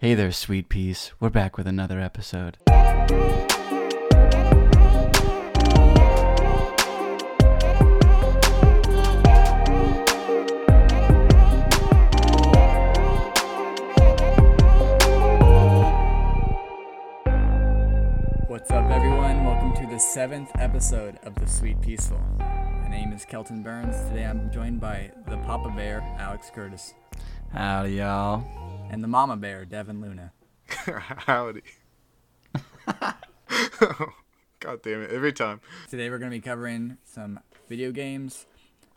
Hey there, sweet peas. We're back with another episode. What's up, everyone? Welcome to the seventh episode of The Sweet Peaceful. My name is Kelton Burns. Today I'm joined by the Papa Bear, Alex Curtis, Howdy, y'all. and the Mama Bear, Devin Luna. Howdy. God damn it. Every time. Today we're going to be covering some video games,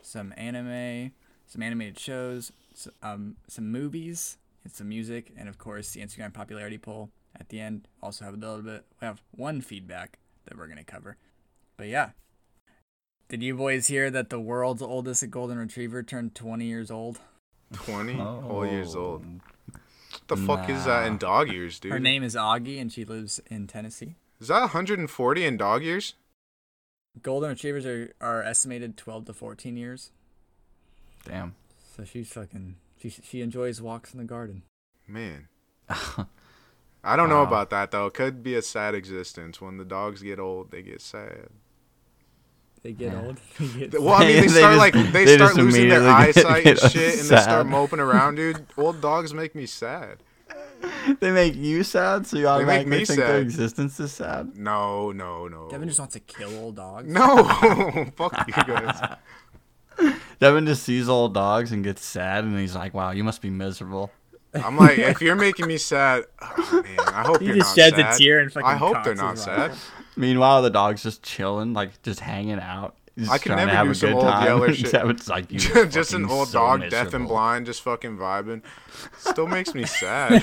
some anime, some animated shows, s- um, some movies, and some music, and of course the Instagram popularity poll at the end. Also have a little bit, we have one feedback that we're going to cover. But yeah. Did you boys hear that the world's oldest golden retriever turned 20 years old? 20 whole years Oh, old. What the fuck is that in dog years, dude? Her name is Augie, and she lives in Tennessee. is that 140 in dog years? Golden retrievers are, are estimated 12 to 14 years. Damn. So she's fucking. She, she enjoys walks in the garden. Man. I don't know Wow. about that, though. Could be a sad existence. When the dogs get old, they get sad. They get Yeah. old. They get Well, I mean, they, They start just- like they, they start just losing their immediately get- eyesight and get shit, and they sad. start moping around, dude. Old dogs make me sad. They make you sad, so you make automatically me think their sad. existence is sad. No, no, no. Devin just wants to kill old dogs. no, fuck you guys. Devin just sees old dogs and gets sad, and he's like, "Wow, you must be miserable." I'm like, if you're making me sad, oh, man, I hope He you're just not sheds a sad. tear and fucking I hope they're not cocks his sad. rifle. Meanwhile, the dog's just chilling, like just hanging out. He's I could trying to never have do a some good old time. yeller and shit. Devin's like, "You just fucking an old so dog, deaf and miserable." blind, just fucking vibing. Still makes me sad.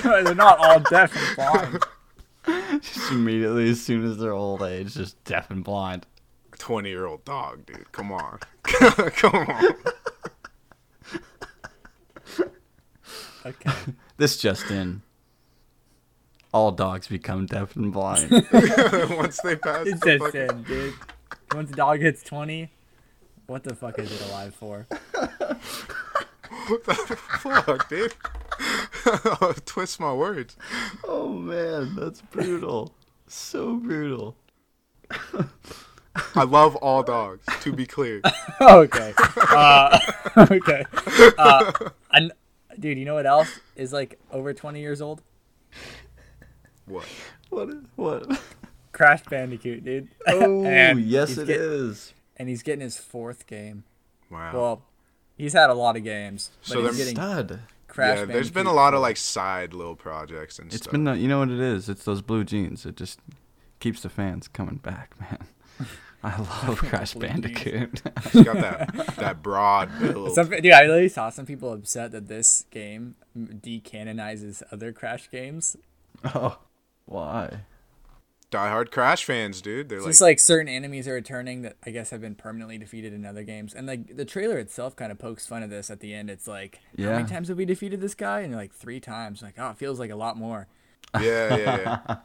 They're not all deaf and blind. Just immediately, as soon as they're old age, just deaf and blind. Twenty year old dog, dude. Come on, come on. Okay. This just in. All dogs become deaf and blind. Once they pass, It's the just fucking- in, dude. Once a dog hits 20, what the fuck is it alive for? what the fuck, dude. Twist my words. oh man, that's brutal. So brutal. I love all dogs. To be clear, okay. Uh, okay. Uh, and, dude, you know what else is like over 20 years old? what? What? What? Crash Bandicoot, dude. Oh, And yes, he's it is. get- And he's getting his fourth game. Wow. Well, he's had a lot of games, but So he's they're- getting Stud. Crash yeah, there's been a Bandicoot. lot of like side little projects and It's stuff. been the, you know what it is? It's those blue jeans. It just keeps the fans coming back, man. I love Crash Blue jeans. Bandicoot. It's got that that broad build. Some, dude, I literally saw some people upset that this game decanonizes other Crash games. oh, why? diehard Crash fans, dude. They're It's like, just like certain enemies are returning that I guess have been permanently defeated in other games. And like the trailer itself kind of pokes fun at this at the end. It's like, how Yeah. many times have we defeated this guy? And they're like three times. Like, oh, it feels like a lot more. yeah, yeah, yeah.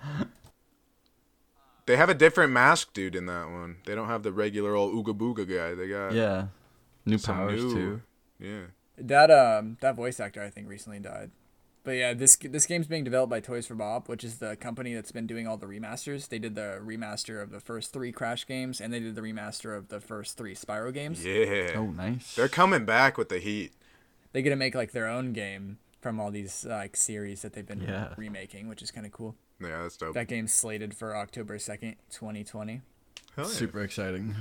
they have a different mask, dude, in that one. They don't have the regular old Ooga Booga guy. They got Yeah. New some powers new- too. Yeah. That um that voice actor I think recently died. But yeah, this this game's being developed by Toys for Bob, which is the company that's been doing all the remasters. They did the remaster of the first three Crash games, and they did the remaster of the first three Spyro games. Yeah. Oh, nice. They're coming back with the heat. They get to make like their own game from all these like series that they've been Yeah. remaking, which is kind of cool. Yeah, that's dope. That game's slated for October second, twenty twenty. Oh, Hell yeah. Super exciting.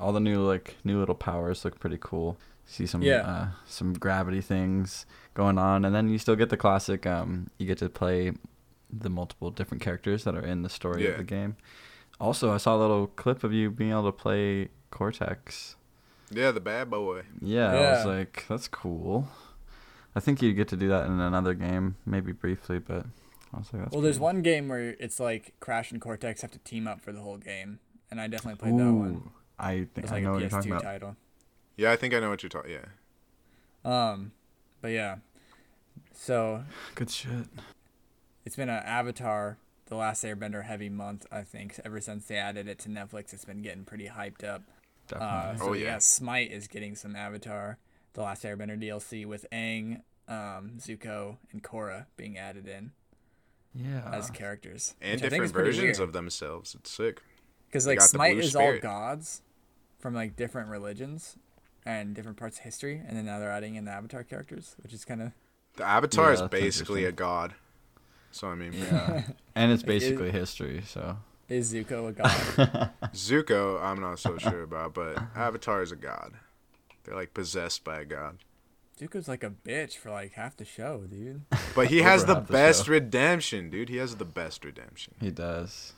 All the new like new little powers look pretty cool. See some Yeah. uh, some gravity things going on, and then you still get the classic. Um, you get to play the multiple different characters that are in the story of Yeah. the game. Also, I saw a little clip of you being able to play Cortex. Yeah, the bad boy. Yeah, I was Yeah. like, that's cool. I think you get to do that in another game, maybe briefly, but I was like, that's Well, there's pretty- one game where it's like Crash and Cortex have to team up for the whole game, and I definitely played that one. Ooh, I think It's I like know a what you're talking PS2 about. title. Yeah, I think I know what you're talking. Yeah. Um, but yeah, so Good shit. it's been an Avatar, The Last Airbender heavy month, I think. Ever since they added it to Netflix, it's been getting pretty hyped up. Uh, Definitely. so Oh, yeah. yeah. Smite is getting some Avatar, The Last Airbender DLC with Aang, um, Zuko, and Korra being added in. Yeah. as characters. Uh-huh. and which I think different is pretty versions weird. of themselves. It's sick. Because They like got the Smite blue is spirit. all gods from like different religions and different parts of history, and then now they're adding in the Avatar characters, which is kind of The Avatar Yeah, is that's basically a interesting. god. So I mean, yeah. and it's Like, it- basically history, so. is Zuko a god? Zuko, I'm not so sure about, but Avatar is a god. They're like possessed by a god. Zuko's like a bitch for like half the show, dude. But he has Over the half the best show. redemption, dude. He has the best redemption. He does.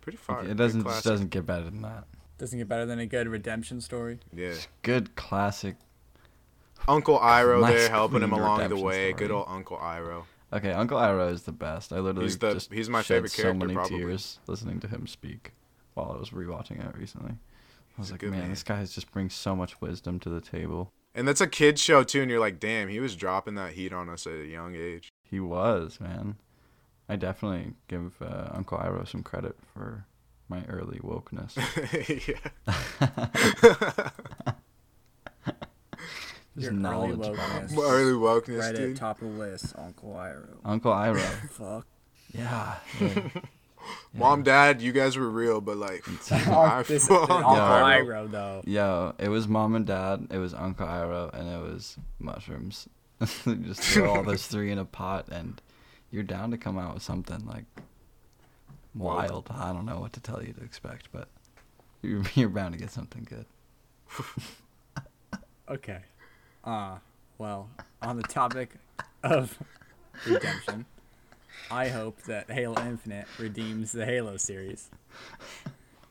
Pretty far. it doesn't just doesn't get better than that. Doesn't get better than a good redemption story. Yeah. Good classic. Uncle Iroh there Classic helping him Queen along the redemption way. Good story. old Uncle Iroh. Okay, Uncle Iroh is the best. I literally He's the- just he's my shed favorite character, so many probably. tears listening to him speak while I was rewatching it recently. I was a like, good man, man. this guy just brings so much wisdom to the table. And that's a kid's show too, and you're like, damn, he was dropping that heat on us at a young age. He was man. I definitely give uh, Uncle Iroh some credit for my early wokeness. yeah. Just Your early knowledge. wokeness. My early wokeness, Right at dude. top of the list, Uncle Iroh. Uncle Iroh. Fuck. yeah. yeah. Mom, dad, you guys were real, but like, I this, fucked Uncle Iroh. Iroh though. Yo, it was mom and dad, it was Uncle Iroh, and it was mushrooms. Just throw all those three in a pot, and you're down to come out with something like wild. I don't know what to tell you to expect, but you're, you're bound to get something good. Okay. Uh, well, on the topic of redemption, I hope that Halo Infinite redeems the Halo series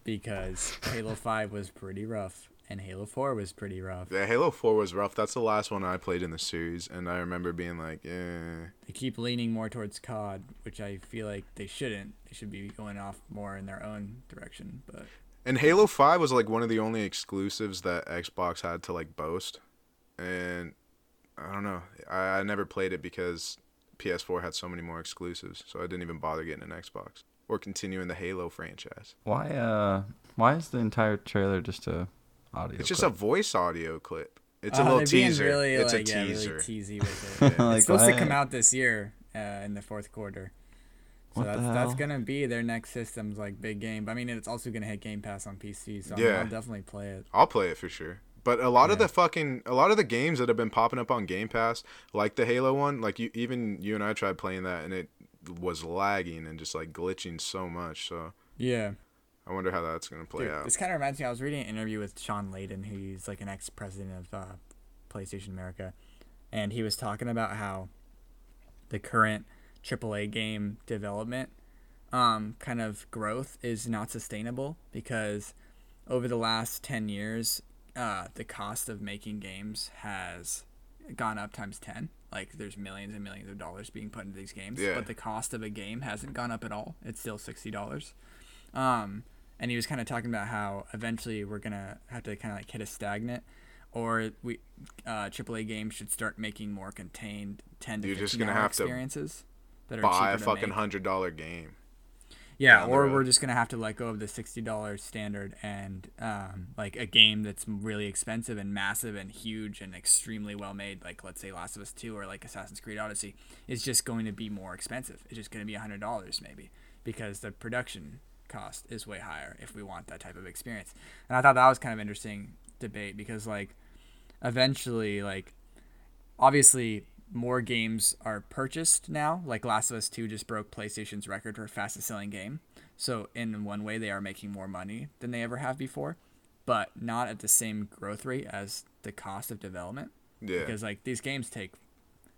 because Halo 5 was pretty rough and Halo 4 was pretty rough. Yeah, Halo 4 was rough. That's the last one I played in the series, and I remember being like, eh. They keep leaning more towards COD, which I feel like they shouldn't. They should be going off more in their own direction, but And Halo 5 was like one of the only exclusives that Xbox had to like boast. And I don't know. I, I never played it because PS4 had so many more exclusives, so I didn't even bother getting an Xbox or continuing the Halo franchise. Why? Uh, why is the entire trailer just a audio? It's just a clip? voice audio clip. It's a Oh, little they're being teaser. Really, it's like, a yeah, teaser. really teasy with it. Like, it's supposed to why- come out this year uh, in the fourth quarter. So What the that's, that's hell? gonna be their next system's like big game. But I mean, it's also gonna hit Game Pass on PC, so I Yeah. will definitely play it. I'll play it for sure. But a lot of Yeah. the fucking a lot of the games that have been popping up on Game Pass, like the Halo one, like you even you and I tried playing that and it was lagging and just like glitching so much. So Yeah, I wonder how that's gonna play Dude, out. this kind of reminds me. I was reading an interview with Sean Layden, who's like an ex president of uh, PlayStation America, and he was talking about how the current AAA game development um, kind of growth is not sustainable because over the last 10 years, uh, the cost of making games has gone up times 10. Like, there's millions and millions of dollars being put into these games, Yeah. but the cost of a game hasn't gone up at all. It's still $60. Um, and he was kind of talking about how eventually we're going to have to kind of like hit a stagnant. Or we, uh, AAA games should start making more contained ten to You're just 15 gonna hour have to experiences that are Buy cheaper a to fucking make. hundred dollar game. Yeah, down the or road. we're just gonna have to let go of the sixty dollars standard and um, like a game that's really expensive and massive and huge and extremely well made, like let's say Last of Us Two or like Assassin's Creed Odyssey, is just going to be more expensive. It's just gonna be hundred dollars maybe because the production cost is way higher if we want that type of experience. And I thought that was kind of interesting debate because like eventually like obviously more games are purchased now. Like Last of Us 2 just broke PlayStation's record for fastest selling game. So in one way they are making more money than they ever have before, but not at the same growth rate as the cost of development Yeah. because like these games take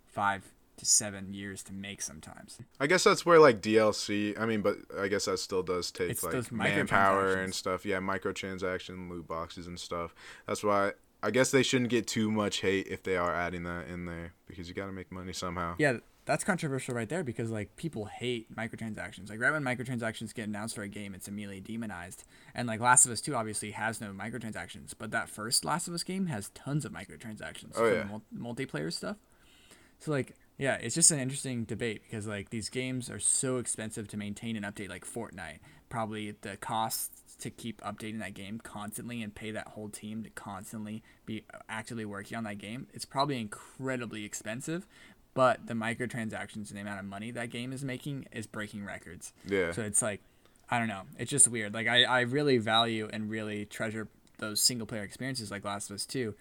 5 to 7 years to make sometimes. I guess that's where like DLC. I mean, but I guess that still does take It's those like manpower and microtransactions. stuff. Yeah, microtransaction, loot boxes and stuff. That's why I guess they shouldn't get too much hate if they are adding that in there because you got to make money somehow. Yeah, that's controversial right there because like people hate microtransactions. Like right when microtransactions get announced for a game, it's immediately demonized. And like Last of Us Two obviously has no microtransactions, but that first Last of Us game has tons of microtransactions Oh, for yeah. the mul- multiplayer stuff. So like yeah, it's just an interesting debate because like these games are so expensive to maintain and update. Like Fortnite, probably the cost to keep updating that game constantly and pay that whole team to constantly be actively working on that game. It's probably incredibly expensive, but the microtransactions and the amount of money that game is making is breaking records. Yeah. So it's like, I don't know. It's just weird. Like I, I really value and really treasure those single player experiences like Last of Us Two.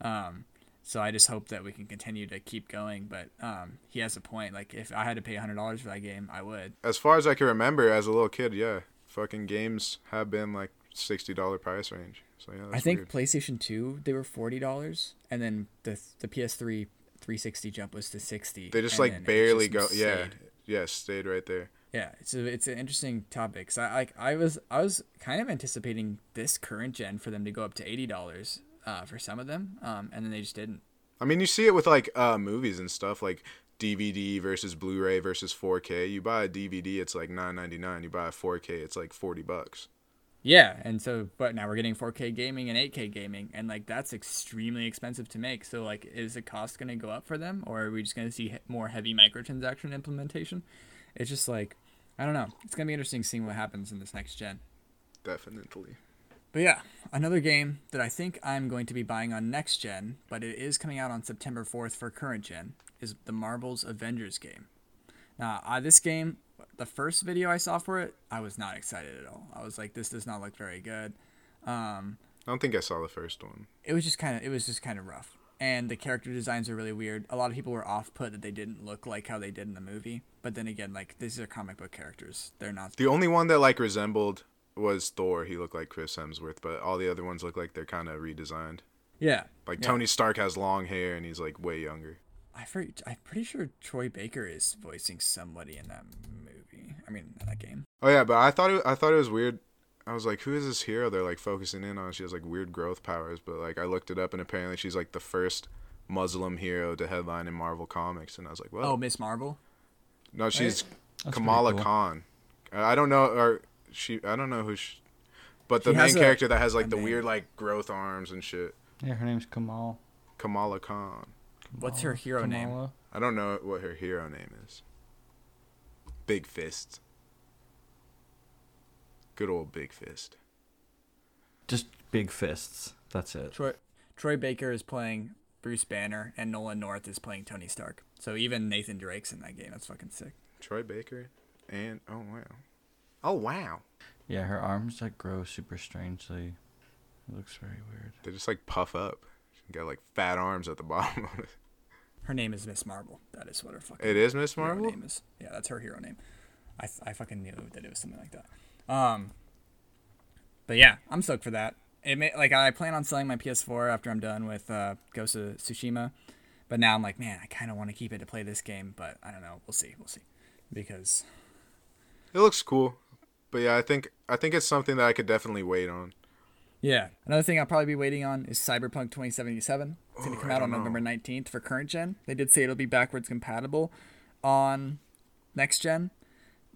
Um, so I just hope that we can continue to keep going. But um, he has a point. Like if I had to pay hundred dollars for that game, I would. As far as I can remember, as a little kid, yeah, fucking games have been like sixty dollar price range. So yeah, that's I think weird. PlayStation Two they were forty dollars, and then the the PS3 360 jump was to sixty. they just and then like it barely just go. Yeah, stayed. yeah, stayed right there. yeah. So it's an interesting topic. 'cause I like I was I was kind of anticipating this current gen for them to go up to eighty dollars uh, for some of them, um, and then they just didn't. I mean, you see it with like uh, movies and stuff, like DVD versus Blu-ray versus 4K. You buy a DVD, it's like nine ninety nine. You buy a 4K, it's like forty bucks. Yeah, and so but now we're getting 4K gaming and 8K gaming, and like that's extremely expensive to make. So like, is the cost going to go up for them, or are we just going to see he- more heavy microtransaction implementation? It's just like, I don't know. It's going to be interesting seeing what happens in this next gen. Definitely. But yeah, another game that I think I'm going to be buying on next gen, but it is coming out on September 4th for current gen, is the Marvel's Avengers game. Now, uh, this game, the first video I saw for it, I was not excited at all. I was like, this does not look very good. Um, I don't think I saw the first one. it was just kind of it was just kind of rough, and the character designs are really weird. A lot of people were off put that they didn't look like how they did in the movie. But then again, like these are comic book characters; they're not. The only one that like resembled was Thor. He looked like Chris Hemsworth, but all the other ones look like they're kind of redesigned. Yeah, Like Yeah. Tony Stark has long hair and he's like way younger. I for, I'm pretty sure Troy Baker is voicing somebody in that movie. I mean, that game. Oh yeah, but I thought it, I thought it was weird. I was like, who is this hero they're like focusing in on? She has like weird growth powers, but like I looked it up and apparently she's like the first Muslim hero to headline in Marvel Comics, and I was like, well, Oh, Miss Marvel. no, she's That's Kamala pretty cool. Khan. I I don't know, or she, I don't know who, she, but the She main has a- character that has a like the name. weird like growth arms and shit, Yeah, her name's Kamal. Kamala Khan. What's her hero name? Kamala? I don't know what her hero name is. Big Fist. Good old Big Fist. Just big fists. That's it. Troy Troy Baker is playing Bruce Banner, and Nolan North is playing Tony Stark. So even Nathan Drake's in that game. That's fucking sick. Troy Baker and oh wow. Oh wow. Yeah, her arms like grow super strangely. It looks very weird. They just like puff up. She got like fat arms at the bottom of it. Her name is Miss Marvel. That is what her fucking It is Miss hero Marvel? name is. Yeah, that's her hero name. I th- I fucking knew that it was something like that. Um, but yeah, I'm stoked for that. It may, like I plan on selling my PS4 after I'm done with uh, Ghost of Tsushima, but now I'm like, man, I kind of want to keep it to play this game, but I don't know. We'll see. We'll see. Because It looks cool. But yeah, I think I think it's something that I could definitely wait on. yeah, another thing I'll probably be waiting on is Cyberpunk 2077. It's gonna come out on November 19th for current gen. They did say it'll be backwards compatible on next gen,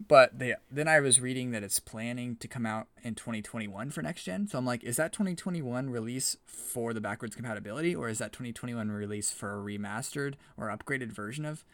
but they then I was reading that it's planning to come out in 2021 for next gen. So I'm like, is that 2021 release for the backwards compatibility, or is that 2021 release for a remastered or upgraded version of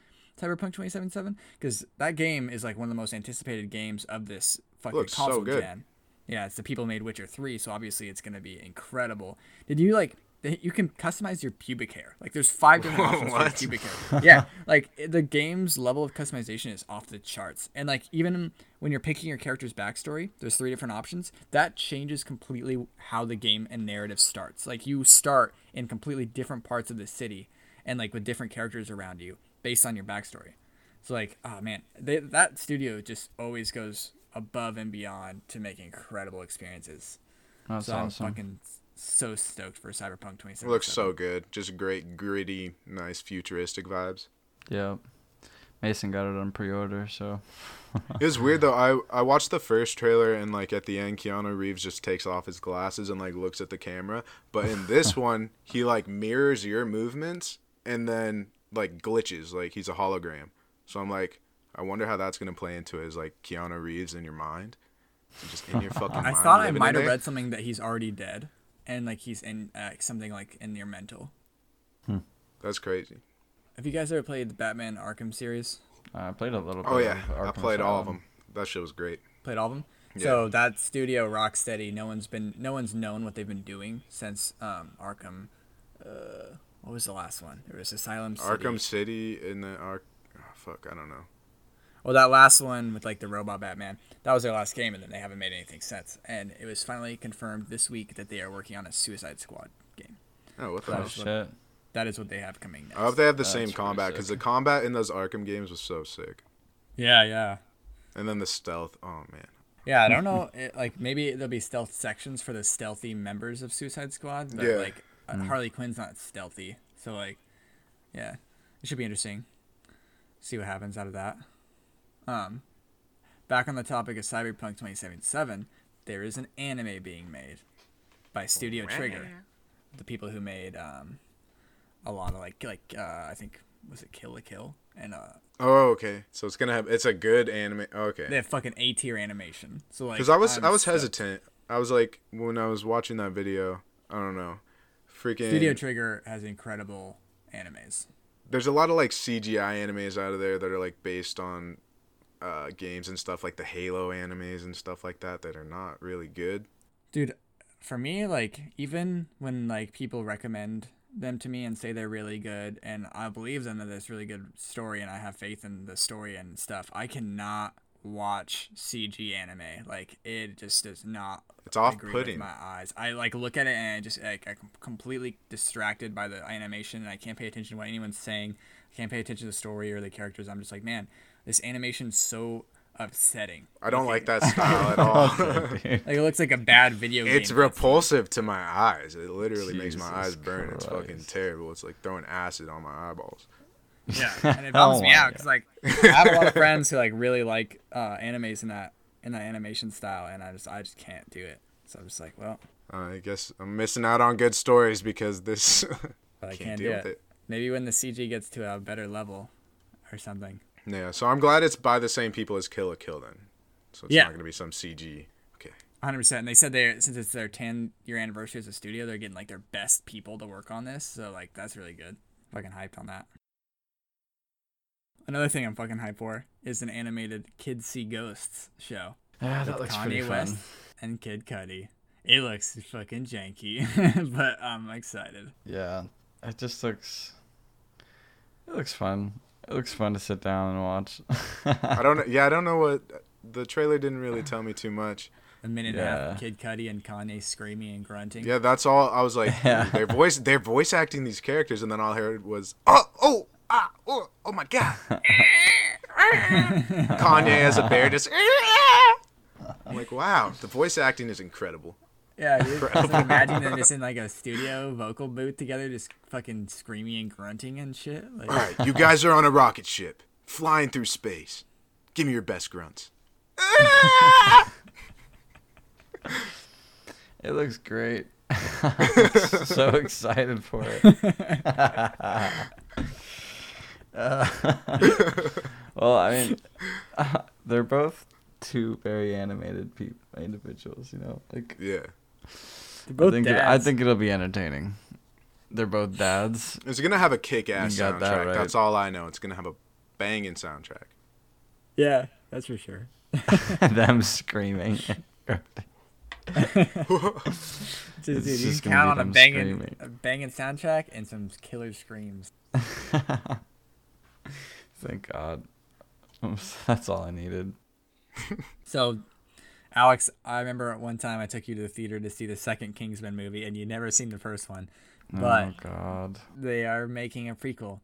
Cyberpunk 2077? Because that game is like one of the most anticipated games of this fucking Looks so console good. gen. Yeah, it's the people made Witcher 3, so obviously it's gonna be incredible. Did you like? th- You can customize your pubic hair. Like, there's five different options for your What? pubic hair. Yeah, like it- the game's level of customization is off the charts. And like even when you're picking your character's backstory, there's three different options. That changes completely how the game and narrative starts. Like you start in completely different parts of the city, and like with different characters around you based on your backstory. So like, oh man, they, that studio just always goes above and beyond to make incredible experiences. That's so awesome. I'm fucking so stoked for Cyberpunk 2077. It looks so good. Just great, gritty, nice futuristic vibes. Yep. Mason got it on pre-order, so It was weird though. I I watched the first trailer and like at the end, Keanu Reeves just takes off his glasses and like looks at the camera. But in this one, he like mirrors your movements and then like glitches, like he's a hologram. So I'm like, I wonder how that's gonna play into it. Is like Keanu Reeves in your mind, So just in your fucking. I mind, thought I living in might have it? read something that he's already dead, and like he's in uh, something like in your mental. That's crazy. Have you guys ever played the Batman Arkham series? uh, I played a little bit. Oh yeah, of I Arkham played all of Asylum. them. That shit was great. Played all of them. So that studio, Rocksteady, no one's been, no one's known what they've been doing since um, Arkham. Uh, What was the last one? There was Asylum City. Arkham City and the Ark. Oh, fuck, I don't know. Well, that last one with like the robot Batman, that was their last game, and then they haven't made anything since. And it was finally confirmed this week that they are working on a Suicide Squad game. Oh, what the Oh hell? That's what- shit! That is what they have coming next. I hope they have the That's same pretty combat because the sick. combat in those Arkham games was so sick. yeah, yeah, And then the stealth. Oh man. yeah. I don't know. It, like maybe there'll be stealth sections for the stealthy members of Suicide Squad, but Yeah. like uh Harley Quinn's not stealthy, so like, yeah, it should be interesting. See what happens out of that. Um, back on the topic of Cyberpunk 2077, there is an anime being made by Studio Trigger. the people who made um, a lot of like like uh, I think was it Kill a Kill and uh, Oh okay. So it's gonna have. It's a good anime. they Okay. have fucking A tier animation. So like Because I was I'm i was stoked. hesitant. I was like when I was watching that video. I don't know. Freaking. Studio Trigger has incredible animes. there's a lot of like CGI animes out of there that are like based on uh, games and stuff like the Halo animes and stuff like that that are not really good. Dude, for me like even when like people recommend them to me and say they're really good and I believe them that it's really good story and I have faith in the story and stuff, I cannot watch CG anime. Like it just does not It's agree off-putting. With my eyes, I like look at it and I just like I'm completely distracted by the animation, and I can't pay attention to what anyone's saying. I can't pay attention to the story or the characters. I'm just like, man, this animation's so upsetting. I don't like that style at all. Like it looks like a bad video game. it's repulsive to my eyes. It literally makes my Jesus eyes burn. It's fucking Christ. terrible. It's like throwing acid on my eyeballs. Yeah, and it bums Oh me my out because like I have a lot of friends who like really like uh, animes in that in that animation style, and I just I just can't do it. So I'm just like, well, I guess I'm missing out on good stories because this but I can't, can't, do deal with it. it. Maybe when the CG gets to a better level or something. Yeah, so I'm glad it's by the same people as Kill a Kill then. So it's Yeah. not gonna be some CG. Okay. 100%. And they said they since it's their 10 year anniversary as a studio, they're getting like their best people to work on this. So like that's really good. Fucking hyped on that. Another thing I'm fucking hyped for is an animated Kids See Ghosts show yeah, with that looks pretty Kanye fun. West and Kid Cudi. It looks fucking janky, but I'm excited. Yeah, it just looks. It looks fun. It looks fun to sit down and watch. I don't know yeah, I don't know what the trailer didn't really tell me too much. A minute and a half Yeah. of Kid Cudi and Kanye screaming and grunting. Yeah, that's all I was like Yeah. their voice they're voice acting these characters and then all I heard was oh oh ah oh, oh my god Kanye as a bear just I'm like wow the voice acting is incredible. Yeah, dude. Just imagine them just in like a studio vocal booth together, just fucking screaming and grunting and shit. Like, All right, you guys are on a rocket ship flying through space. Give me your best grunts. It looks great. I'm so excited for it. Uh, well, I mean, uh, they're both two very animated peop individuals, you know. Like Yeah. they're I both think, it- I dads. think it'll be entertaining. They're both dads. It's gonna have a kick-ass You got soundtrack. that right. That's all I know. It's gonna have a banging soundtrack. Yeah, that's for sure. Them screaming. Dude, It's dude, you just can gonna count be on a them banging, screaming. a banging soundtrack and some killer screams. Thank God. That's all I needed. So, Alex, I remember at one time I took you to the theater to see the second Kingsman movie, and you never seen the first one. But oh God. they are making a prequel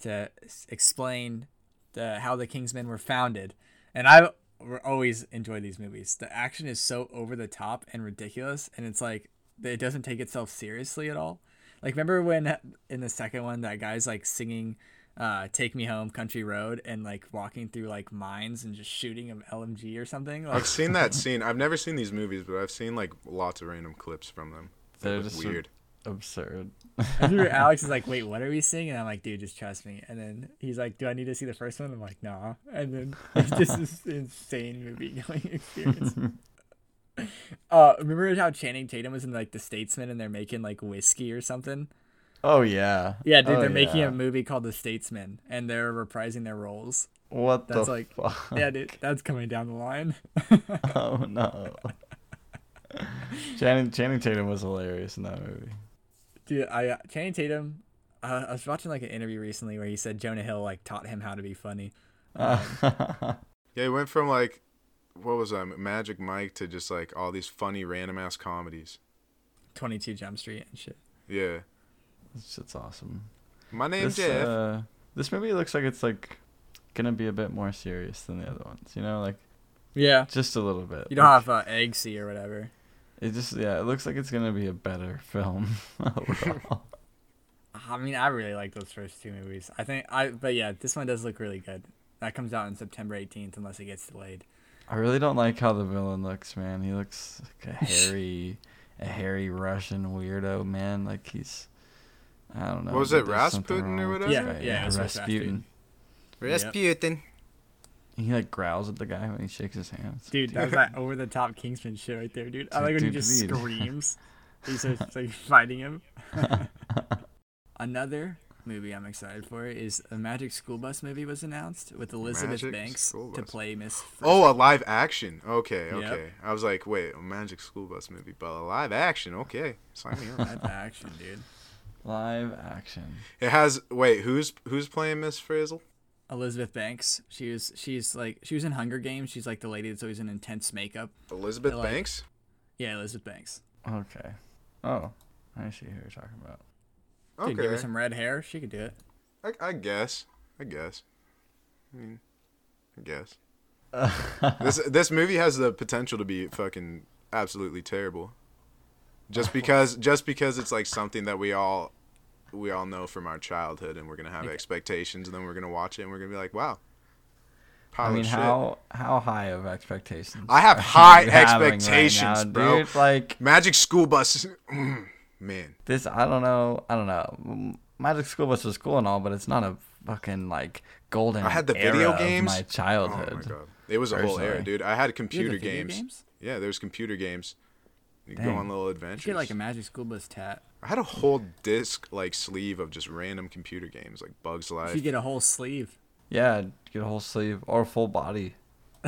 to s- explain the, how the Kingsmen were founded. And I w- always enjoy these movies. The action is so over the top and ridiculous, and it's like it doesn't take itself seriously at all. Like remember when uh, in the second one that guy's like singing uh, "Take Me Home, Country Road" and like walking through like mines and just shooting an LMG or something. Like I've seen that scene. I've never seen these movies, but I've seen like lots of random clips from them. They They're look just weird. Absurd. I remember Alex is like, "Wait, what are we seeing?" And I'm like, "Dude, just trust me." And then he's like, "Do I need to see the first one?" I'm like, "Nah." And then it's just this insane movie going experience. uh, remember how Channing Tatum was in like The Statesman, and they're making like whiskey or something? Oh yeah. Yeah, dude, Oh, they're making yeah. a movie called The Statesman, and they're reprising their roles. What That's the like- fuck? Yeah, dude, that's coming down the line. Oh no. Channing Channing Tatum was hilarious in that movie. Dude, I uh, Channing Tatum Uh, I was watching like an interview recently where he said Jonah Hill like taught him how to be funny. Yeah, he went from like, what was that, Magic Mike to just like all these funny random ass comedies. Twenty Two Jump Street and shit. Yeah. This shit's awesome. My name's This, Jeff. uh, this movie looks like it's like gonna be a bit more serious than the other ones. You know, like Yeah. just a little bit. You don't Like, have uh, Eggsy or whatever. It just yeah, it looks like it's gonna be a better film overall. I mean, I really like those first two movies. I think I, but yeah, this one does look really good. That comes out on September 18th, unless it gets delayed. I really don't like how the villain looks, man. He looks like a hairy, a hairy Russian weirdo, man. Like he's, I don't know. What was but it, there's something Rasputin or wrong with whatever? this Yeah, guy. yeah, it was supposed to be Rasputin. Rasputin. He like growls at the guy when he shakes his hand. It's Dude, that was that over the top Kingsman shit right there, dude. I like when he Dude, just dude. screams. He's just like fighting him. Another movie I'm excited for is a Magic School Bus movie was announced with Elizabeth Magic Banks School to Bus. play Miss. Fr- Oh, a live action. Okay, Yep. okay. I was like, wait, a Magic School Bus movie, but a live action. Okay, sign me up. That's action, dude. Live action. it has. Wait, who's who's playing Miss Frizzle? Elizabeth Banks. She was. She's like. She was in Hunger Games. She's like the lady that's always in intense makeup. Elizabeth I like- Banks. Yeah, Elizabeth Banks. Okay. Oh, I see who you're talking about. Dude, give her Okay, some red hair. She could do it. I, I guess. I guess. I mean, I guess. this this movie has the potential to be fucking absolutely terrible. Just because just because it's like something that we all we all know from our childhood and we're gonna have expectations and then we're gonna watch it and we're gonna be like, wow. Pile I of mean, Oh, shit. how how high of expectations? I have are high you having right expectations, now, bro. Dude, like Magic School Bus is- mm, man. this i don't know i don't know M- magic school bus was cool and all but it's not a fucking like golden I had the video era games. of my Oh my childhood god. It was a whole era, Personally. dude. I had You have computer the video games. Yeah, there's computer games. You go Dang. on little You adventures. should get like a Magic School Bus tat. I had a whole disc like sleeve of just random computer games like Bugs You Life. should get a whole sleeve. yeah get a whole sleeve or full body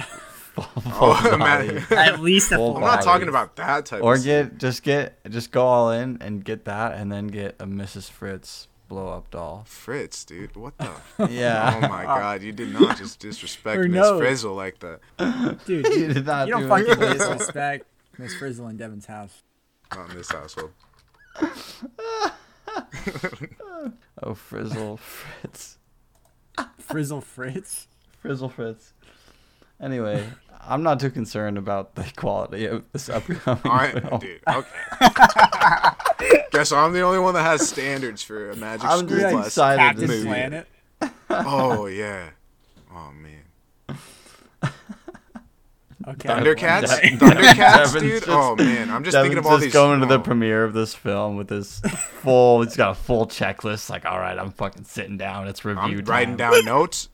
full, full Oh, body. man. At least a Well, full I'm not Bodies. talking about that type. or of get just get just go all in and get that and then get a mrs fritz blow up doll Fritz, dude. What the? yeah oh my god, you did not just disrespect Her Miss nose. Frizzle like that. Dude, you you, did not you don't do fucking anything. disrespect Miss Frizzle in Devin's house. Not in this household. oh frizzle fritz Frizzle Fritz. frizzle fritz anyway i'm not too concerned about the quality of this upcoming All right, film. dude. Okay. Guess I'm the only one that has standards for a Magic I'm School just Bus. excited to Captain movie. Planet. Oh yeah. Oh man. Okay. Thundercats. Devin- Thundercats, Devin's dude. just- oh man, I'm just thinking Devin's of all just these. going to the oh. premiere of this film with this full. He's got a full checklist. Like, all right, I'm fucking sitting down. It's review I'm time. writing down notes.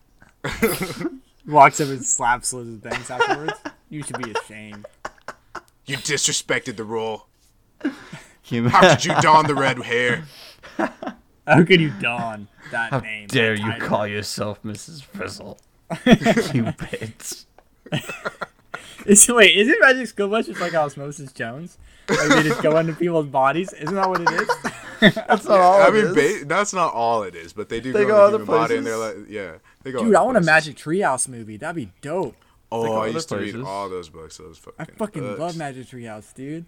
Walks up and slaps Elizabeth Banks afterwards. You should be ashamed. You disrespected the role. Can you- How could you don the red hair? How could you don that How name? dare that you title? call yourself Mrs. Frizzle? you bitch. Is, wait, isn't Magic School Bus just like Osmosis Jones? Like they just go into people's bodies? Isn't that what it is? That's not all. I it mean, is. ba- that's not all it is, but they do They go, go in the other human body and they're like, places. yeah, they go. Dude, I other want a places. Magic Treehouse movie. That'd be dope. go Oh, I other used to read places. all those books. Those fucking. I fucking books. love Magic Treehouse, dude.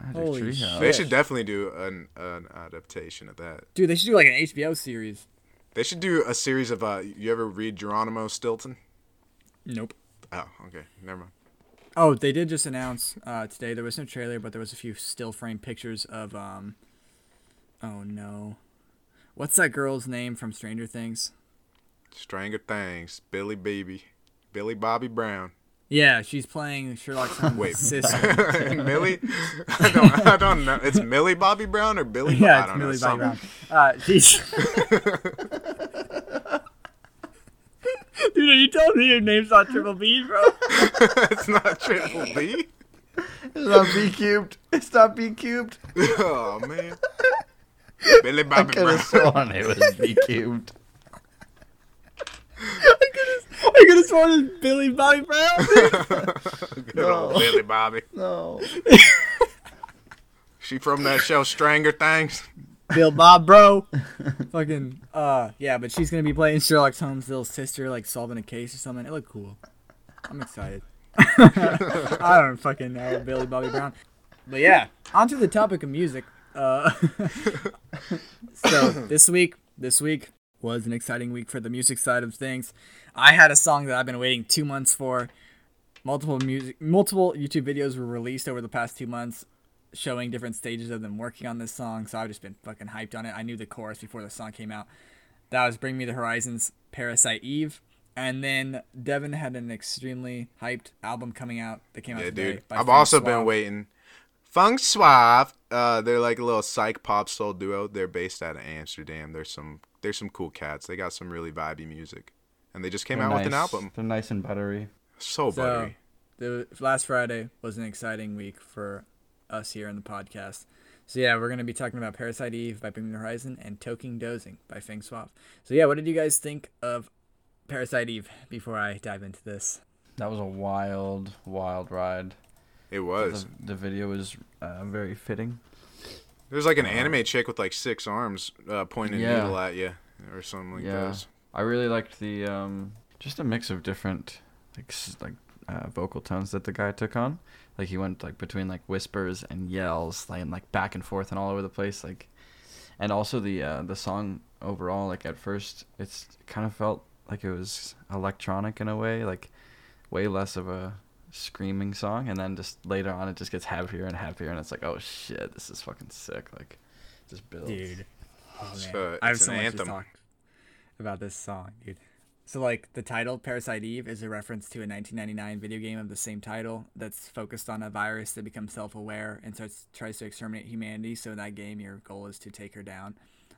Magic Holy Treehouse. They shit. should definitely do an an adaptation of that. Dude, they should do like an HBO series. They should do a series of. Uh, you ever read Geronimo Stilton? Nope. Oh, okay, never mind. Oh, they did just announce uh, today. There was no trailer, but there was a few still frame pictures of. um Oh no, what's that girl's name from Stranger Things? Stranger Things, Billy Baby, Billy Bobby Brown. Yeah, she's playing Sherlock Holmes' Wait. sister. Millie, I don't, I don't know. It's Millie Bobby Brown or Billy. Bo- yeah, I it's don't Millie know, Bobby Brown. Uh, she's. Dude, are you telling me your name's not Triple B, bro? Brown. it's not Triple B. It's not B cubed. It's not B cubed. Oh man, I Billy Bobby could Brown. have sworn it was B cubed. I could have sworn it's Billy Bobby Brown. Good old No. Billy Bobby. No. She from that show Stranger Things. Bill Bob, bro. Fucking uh, yeah. But she's gonna be playing Sherlock Holmes' little sister, like solving a case or something. It looked cool. I'm excited. I don't fucking know Billy Bobby Brown, but yeah. Onto the topic of music. Uh, so this week, this week was an exciting week for the music side of things. I had a song that I've been waiting two months for. Multiple music, multiple YouTube videos were released over the past two months, showing different stages of them working on this song. So I've just been fucking hyped on it. I knew the chorus before the song came out. That was "Bring Me the Horizons," "Parasite Eve," and then Devin had an extremely hyped album coming out that came out Yeah, today. dude. by I've Frank also been Suave. waiting. Funk Suave, uh, they're like a little psych pop soul duo. They're based out of Amsterdam. There's some there's some cool cats. They got some really vibey music, and they just came They're out with an nice- album. They're nice and buttery. So, So- buttery. the last Friday was an exciting week for us here in the podcast. So yeah, we're gonna be talking about Parasite Eve by Bring Me the Horizon and Toking Dozing by Feng Swap. So yeah, what did you guys think of Parasite Eve before I dive into this? That was a wild, wild ride. It was. The, the video was uh, very fitting. There's like an anime chick with like six arms uh, pointing a Yeah. needle at you or something like Yeah. this. I really liked the um, just a mix of different like s- like uh, vocal tones that the guy took on. Like he went like between like whispers and yells, like and, like back and forth and all over the place. Like, and also the uh, the song overall, like at first, it's kind of felt like it was electronic in a way, like way less of a screaming song. And then just later on, it just gets happier and happier, and it's like, oh shit, this is fucking sick. Like, just builds. Dude. Oh, It's, man. uh, I have it's so an much anthem. to talk about this song, dude. So like the title Parasite Eve is a reference to a 1999 video game of the same title that's focused on a virus that becomes self-aware and starts tries to exterminate humanity. So in that game, your goal is to take her down.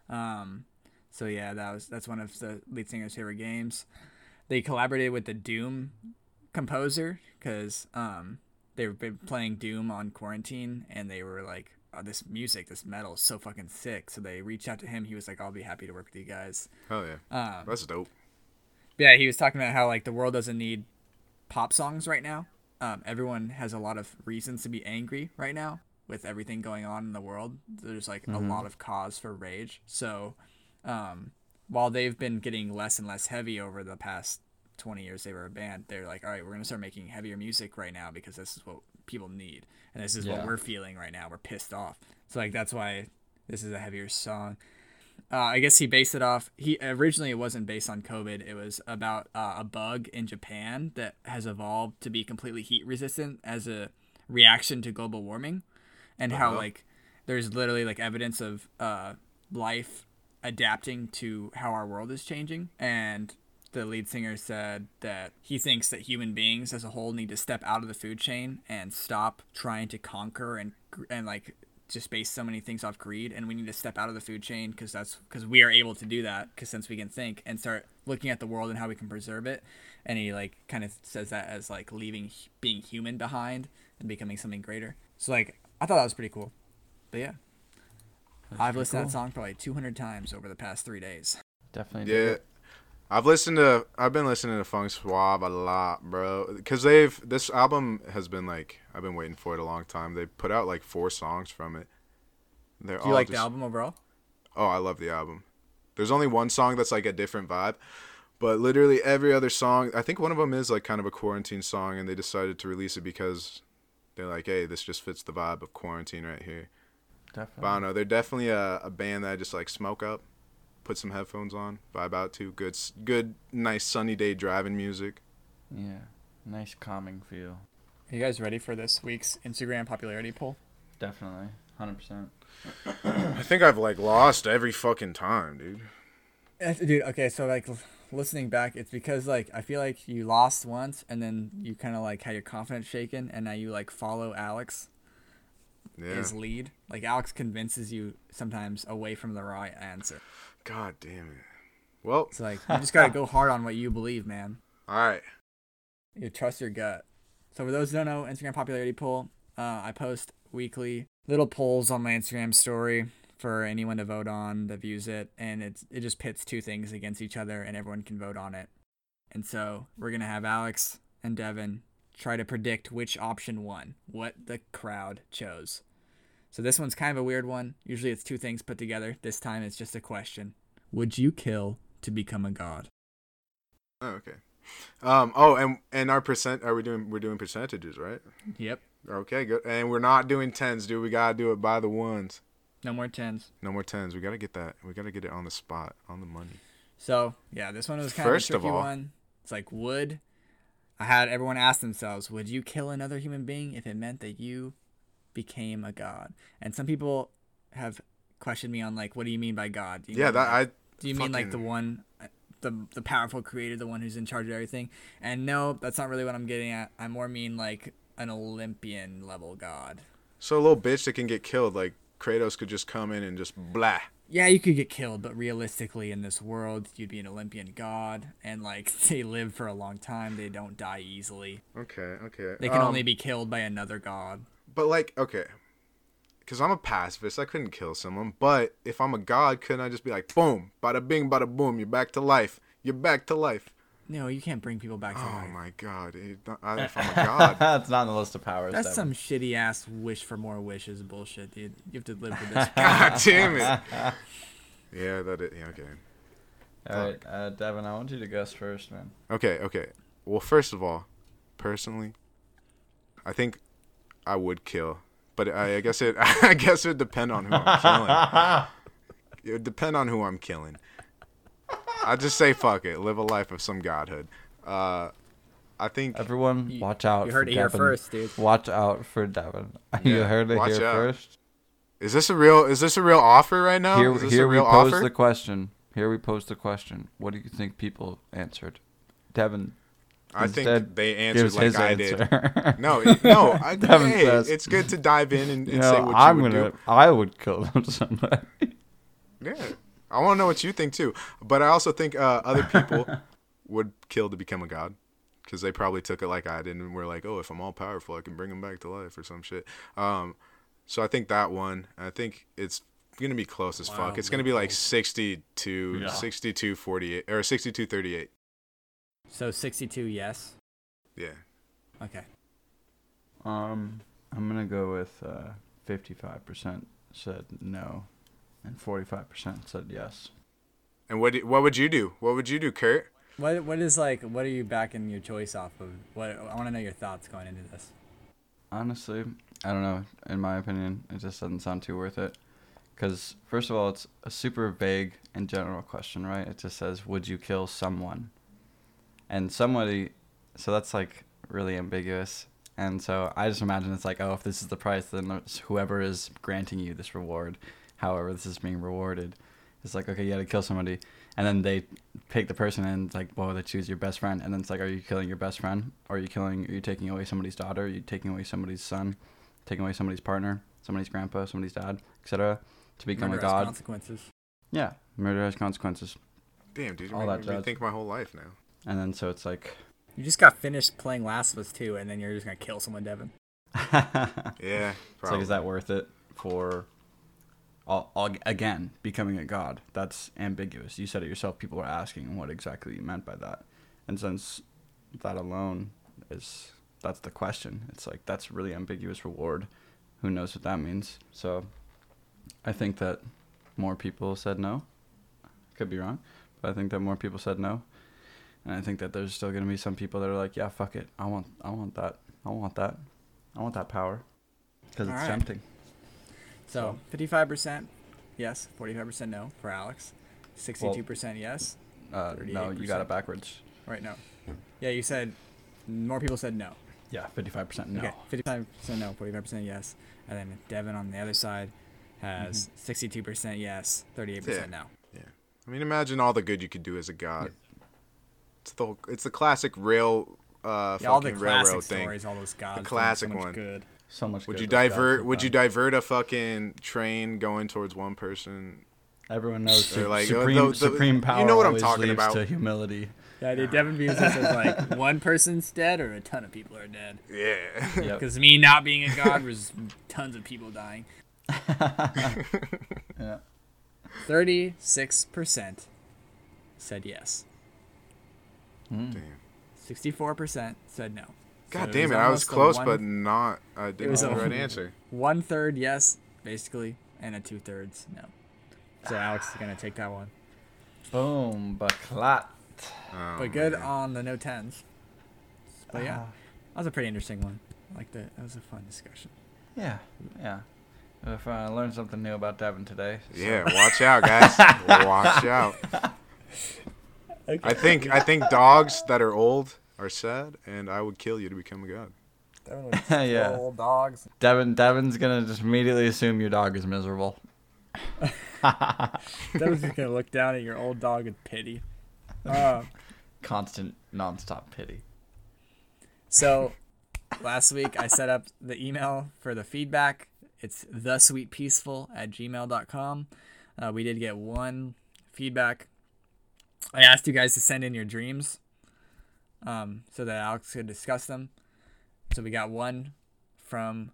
Um, so yeah, that was that's one of the lead singer's favorite games. They collaborated with the Doom composer because um, they've been playing Doom on quarantine, and they were like, oh, "This music, this metal is so fucking sick." So they reached out to him. He was like, "I'll be happy to work with you guys." Hell yeah, Um, that's dope. yeah, he was talking about how like the world doesn't need pop songs right now. Um, everyone has a lot of reasons to be angry right now with everything going on in the world. There's like a lot of cause for rage. So, um, while they've been getting less and less heavy over the past 20 years they were a band, they're like, all right, we're going to start making heavier music right now because this is what people need. And this is Yeah. what we're feeling right now. We're pissed off. So, like, that's why this is a heavier song. Uh, I guess he based it off. He originally it wasn't based on COVID. It was about uh, a bug in Japan that has evolved to be completely heat resistant as a reaction to global warming, and how Uh-huh. like there's literally like evidence of uh, life adapting to how our world is changing. And the lead singer said that he thinks that human beings as a whole need to step out of the food chain and stop trying to conquer and gr- and like just base so many things off greed and we need to step out of the food chain because that's because we are able to do that because since we can think and start looking at the world and how we can preserve it and he like kind of says that as like leaving hu- being human behind and becoming something greater so like i thought that was pretty cool but yeah i've listened to that song probably 200 times over the past three days Definitely. did Yeah. it. I've listened to I've been listening to Funk Suave a lot, bro, because they've this album has been like I've been waiting for it a long time. They put out like four songs from it. They're do you like the album overall Oh, I love the album. There's only one song that's like a different vibe, but literally every other song, I think one of them is like kind of a quarantine song, and they decided to release it because they're like, hey, this just fits the vibe of quarantine right here. But I Definitely. don't know. They're definitely a, a band that I just like smoke up, put some headphones on, vibe out to. Good, s- good, nice sunny day driving music. Yeah. Nice calming feel. are you guys ready for this week's instagram popularity poll Definitely. 100%. I think I've like lost every fucking time, dude. Uh, dude okay so like l- listening back it's because like i feel like you lost once and then you kind of like had your confidence shaken and now you like follow alex Yeah. his lead like alex convinces you sometimes away from the right answer God damn it. Well, it's like you just gotta go hard on what you believe man all right. you trust your gut so for those who don't know instagram popularity poll uh, i post weekly little polls on my instagram story for anyone to vote on that views it and it's, it just pits two things against each other and everyone can vote on it and so we're gonna have alex and devin try to predict which option won what the crowd chose So this one's kind of a weird one. Usually it's two things put together. This time it's just a question. Would you kill to become a god? Oh, okay. Um. Oh, and and our percent are we doing? We're doing percentages, right? Yep. Okay, good. And we're not doing tens, dude. We gotta do it by the ones. No more tens. No more tens. We gotta get that. We gotta get it on the spot, on the money. So yeah, this one was kind First of a of tricky all- one. It's like would I had everyone ask themselves, would you kill another human being if it meant that you became a god? And some people have questioned me on like, what do you mean by god? Do you Yeah, mean, that like- I. Do you mean like the fucking- one, the the powerful creator, the one who's in charge of everything? And no, that's not really what I'm getting at. I more mean like an Olympian level god. So a little bitch that can get killed, like Kratos could just come in and just blah. Yeah, you could get killed, but realistically, in this world, you'd be an Olympian god, and like they live for a long time. They don't die easily. Okay, okay. They can Um, only be killed by another god. But like, okay, because I'm a pacifist, I couldn't kill someone. But if I'm a god, couldn't I just be like, boom, bada bing, bada boom, you're back to life. You're back to life. No, you can't bring people back to Oh life. my god, dude, not- I- if I'm a god, That's not on the list of powers. That's that some shitty ass wish for more wishes bullshit, dude. You have to live with this. god damn it. Yeah, that it. Yeah, okay. All right, uh, Devin, I want you to guess first, man. Okay, okay. Well, first of all, personally, I think I would kill, but I, I guess it. I guess it would depend on who I'm killing. It would depend on who I'm killing. I just say fuck it. Live a life of some godhood. Uh, I think. Everyone, You- watch out. you heard for it here Devin. first, dude. Watch out for Devin. you Yeah, heard it watch here out. first. Is this a real? Is this a real offer right now? Here, Oh, is this here a we real pose offer? the question. Here we pose the question. What do you think people answered? Devin I think instead they answered gives like his I did. answer. No, it- no. I, Devin hey, says- it's good to dive in and, and you say know, what I'm you would gonna. do. I would kill them somebody. Yeah. I want to know what you think too. But I also think uh, other people would kill to become a god because they probably took it like I did and were like, oh, if I'm all powerful, I can bring him back to life or some shit. Um, so I think that one, I think it's going to be close as Wow, fuck. It's going to be like 62, Yeah. 62, 48, or 62, 38. So 62, yes. Yeah. Okay. Um, I'm gonna go with uh, 55% said no, and 45% said yes. And what, do- what would you do? What would you do, Kurt? What what is like? What are you backing your choice off of? What I want to know your thoughts going into this. Honestly, I don't know. In my opinion, it just doesn't sound too worth it. Because first of all, it's a super vague and general question, right? It just says, "Would you kill someone?" And somebody, so that's like really ambiguous. And so I just imagine it's like, oh, if this is the price, then it's whoever is granting you this reward, however this is being rewarded, it's like, okay, you got to kill somebody, and then they pick the person and it's like, whoa, they choose your best friend, and then it's like, are you killing your best friend? Are you killing? Are you taking away somebody's daughter? Are you taking away somebody's son? Taking away somebody's partner, somebody's grandpa, somebody's dad, etc. To become Murderous a god. consequences. yeah, murder has consequences. Damn, dude, you All made that me jazz. think my whole life now. And then so it's like, You just got finished playing Last of Us 2, and then you're just gonna kill someone, Devin. Yeah. It's like, Probably. is that worth it for, all, all, again, becoming a god? That's ambiguous. You said it yourself. People are asking what exactly you meant by that. And since that alone is, that's the question. It's like, that's really ambiguous reward. Who knows what that means? So I think that more people said no. Could be wrong, but I think that more people said no. And I think that there's still going to be some people that are like, yeah, fuck it. I want, I want that. I want that. I want that power. Because it's Alright. tempting. So 55% yes, 45% no for Alex, 62% yes. Uh, no, you got it 38%. backwards. Right, no. Yeah, you said more people said no. Yeah, 55% no. Okay, 55% no, 45% yes. And then Devin on the other side has 62% yes, 38% Mm-hmm. Yeah. no. I mean, imagine all the good you could do as a god. It's the whole, it's the classic rail, uh, Yeah, all the fucking classic railroad thing. stories, all those gods. doing so classic much one. Good. So much Would good you those guys divert? have Would you done. divert a fucking train going towards one person? Everyone knows They're su- like, uh, supreme, the- the- supreme power you know what I'm always talking leads about. to humility. Yeah, dude, Devin views this as like one person's dead or a ton of people are dead. Yeah. Yep. Because me not being a god was tons of people dying. Yeah. 36% said yes. Damn. 64% said no. God So damn was it! I was almost a close, one- but not. I It didn't was have the a- right answer. One third yes, basically, and a two thirds no. So Alex is gonna take that one. Boom, but clot. Oh, But good man. on the no tens. But yeah, Ah, that was a pretty interesting one. I like that. That was a fun discussion. yeah, yeah. If I learned something new about Devin today. so- Yeah, watch out, guys. watch out. Okay. I think I think dogs that are old are sad, and I would kill you to become a god. Yeah. Old dogs. Devin, Devin's gonna just immediately assume your dog is miserable. That was just gonna look down at your old dog with pity. Uh, Constant, nonstop pity. so last week I set up the email for the feedback. It's thesweetpeaceful at gmail.com. Uh, we did get one feedback. I asked you guys to send in your dreams um, so that Alex could discuss them. So we got one from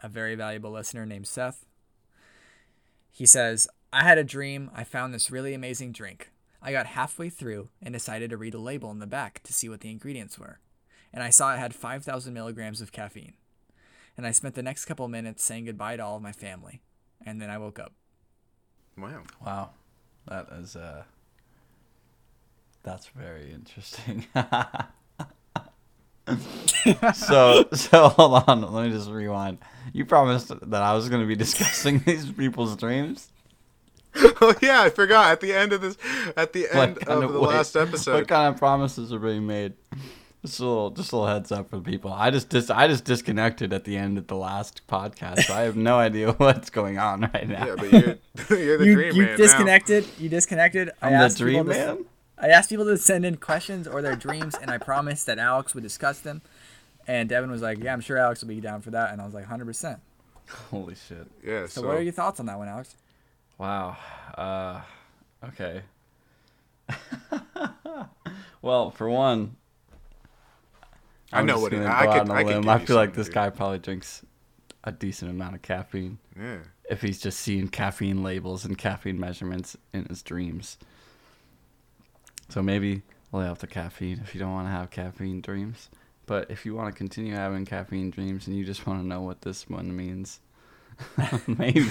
a very valuable listener named Seth. He says, I had a dream. I found this really amazing drink. I got halfway through and decided to read a label in the back to see what the ingredients were. And I saw it had 5,000 milligrams of caffeine. And I spent the next couple minutes saying goodbye to all of my family. And then I woke up. Wow. Wow, that is uh, that's very interesting. so so hold on, let me just rewind. You promised that I was gonna be discussing these people's dreams. oh yeah, I forgot. At the end of this, at the What end kind of the wait, last episode, What kind of promises are being made? Just a little, just a little heads up for the people. I just, dis- I just disconnected at the end of the last podcast. So I have no idea what's going on right now. yeah, but you're, you're the dream man disconnected. You disconnected. I I'm the asked people dream to s- man. I asked people to send in questions or their dreams, and I promised that Alex would discuss them. And Devin was like, "Yeah, I'm sure Alex will be down for that." And I was like, "100." percent Holy shit! Now. Yeah. So, So, what are your thoughts on that one, Alex? Wow. Uh, okay. well, for one, I I'm know just what it- gonna I go out could- on a I could limb. give I you feel like something, this dude. guy probably drinks a decent amount of caffeine yeah. if he's just seeing caffeine labels and caffeine measurements in his dreams. So maybe lay off the caffeine if you don't want to have caffeine dreams. But if you want to continue having caffeine dreams and you just want to know what this one means, maybe,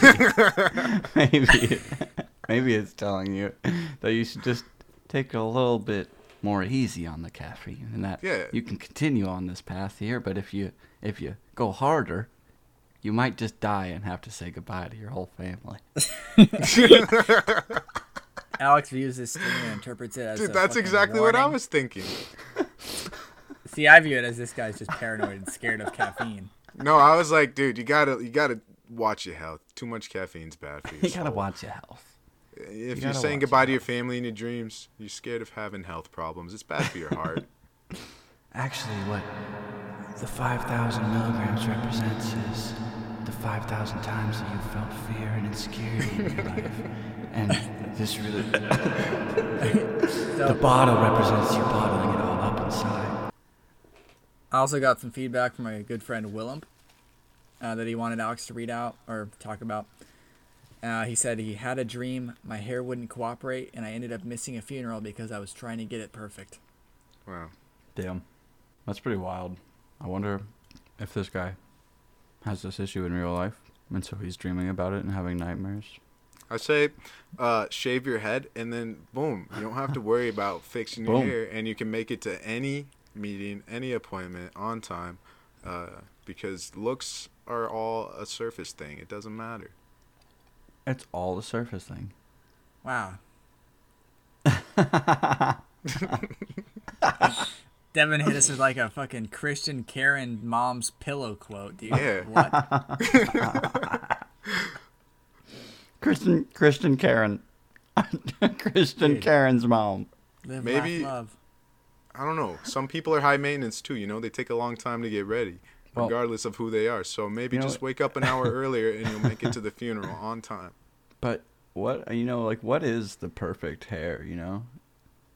maybe, maybe it's telling you that you should just take a little bit more easy on the caffeine, and that Yeah. you can continue on this path here. But if you if you go harder, you might just die and have to say goodbye to your whole family. Alex views this dream and interprets it as Dude, a that's fucking exactly what I warning. was thinking. See, I view it as this guy's just paranoid and scared of caffeine. No, I was like, dude, you gotta, you gotta watch your health. Too much caffeine's bad for you. You gotta watch your health. If you you gotta are saying watch goodbye your to your family and your dreams, you're scared of having health problems. It's bad for your heart. Actually, what the 5,000 milligrams represents is the 5,000 times that you felt fear and insecurity in your life. And this really. the bottle represents you bottling it all up inside. I also got some feedback from my good friend Willem uh, that he wanted Alex to read out or talk about. Uh, he said he had a dream, my hair wouldn't cooperate, and I ended up missing a funeral because I was trying to get it perfect. Wow. Damn. That's pretty wild. I wonder if this guy has this issue in real life. And so he's dreaming about it and having nightmares. I say, uh, shave your head, and then boom, you don't have to worry about fixing your Boom. hair, and you can make it to any meeting, any appointment on time, uh, because looks are all a surface thing. It doesn't matter. It's all a surface thing. Wow. Devin hit us with like a fucking Christian Karen mom's pillow quote, dude. Yeah. What? Christian, Christian Karen. Christian Dude. Karen's mom. Live, Maybe- laugh, love. I don't know. Some people are high maintenance too. You know, they take a long time to get ready, Well- regardless of who they are. So maybe You know just what? wake up an hour earlier, and you'll make it to the funeral on time. But what you know, like what is the perfect hair? You know,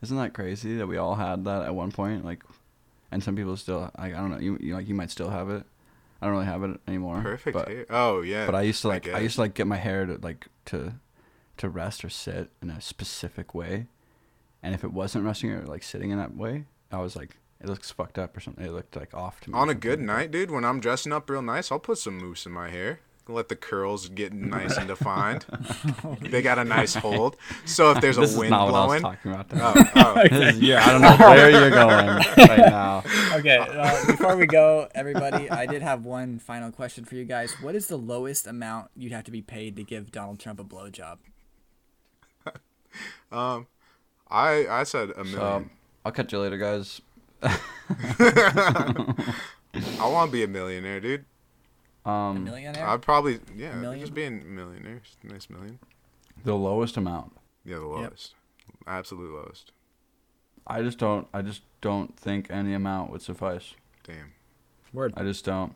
isn't that crazy that we all had that at one point? Like, and some people still, like, I don't know, you, you like you might still have it. I don't really have it anymore. Perfect but, hair. Oh yeah. But I used to like I, guess. used to like get my hair to like to to rest or sit in a specific way, and if it wasn't resting or like sitting in that way, I was like, it looks fucked up or something. It looked like off to me. or On a something good like that. night, dude, when I'm dressing up real nice, I'll put some mousse in my hair. let the curls get nice and defined. they got a nice hold. So if there's a This is wind not what I was blowing, talking about. though. oh, oh, This is- yeah, I don't know where you're going right now. Okay, uh, before we go, everybody, I did have one final question for you guys. What is the lowest amount you'd have to be paid to give Donald Trump a blowjob? I I said a So million. I'll catch you later, guys. I want to be a millionaire, dude. Um, Millionaire? I'd probably yeah, million? just being a millionaire, just a nice million. the lowest amount. Yeah, the lowest, absolute lowest. I just don't. I just don't think any amount would suffice. Damn. Word. I just don't.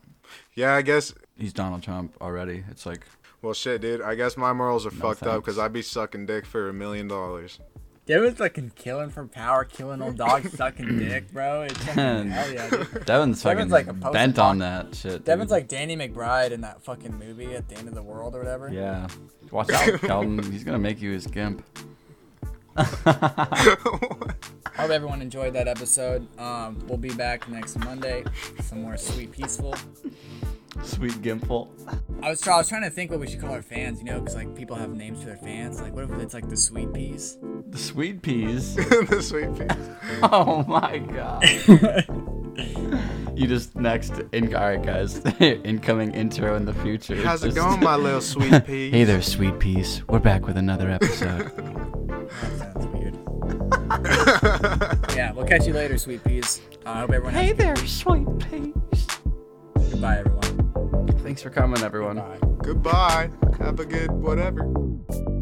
Yeah, I guess. He's Donald Trump already. It's like Well, shit, dude. I guess my morals are fucked up thanks. because I'd be sucking dick for a million dollars. They was fucking killing for power, killing old dog, sucking dick, bro. It's fucking hell yeah. dude. Devin's fucking Devin's like opposed bent to- on that shit. Devin's dude. like Danny McBride in that fucking movie at the end of the world or whatever. yeah. Watch out, Calvin. He's gonna make you his gimp. I hope everyone enjoyed that episode. Um, we'll be back next Monday. Some more sweet, peaceful. Sweet gimple. I was, try- I was trying to think what we should call our fans, you know, because like people have names for their fans. Like, what if it's like the sweet peas? The sweet peas. the sweet peas. Oh my god. you just next in all right guys. Incoming intro in the future. is How's it just- going, my little sweet pea? Hey there, sweet peas. We're back with another episode. That sounds weird. yeah, we'll catch you later, sweet peas. Uh, I hope everyone has. there, sweet peas. Goodbye, everyone. Thanks for coming, everyone. Bye. Goodbye. Have a good whatever.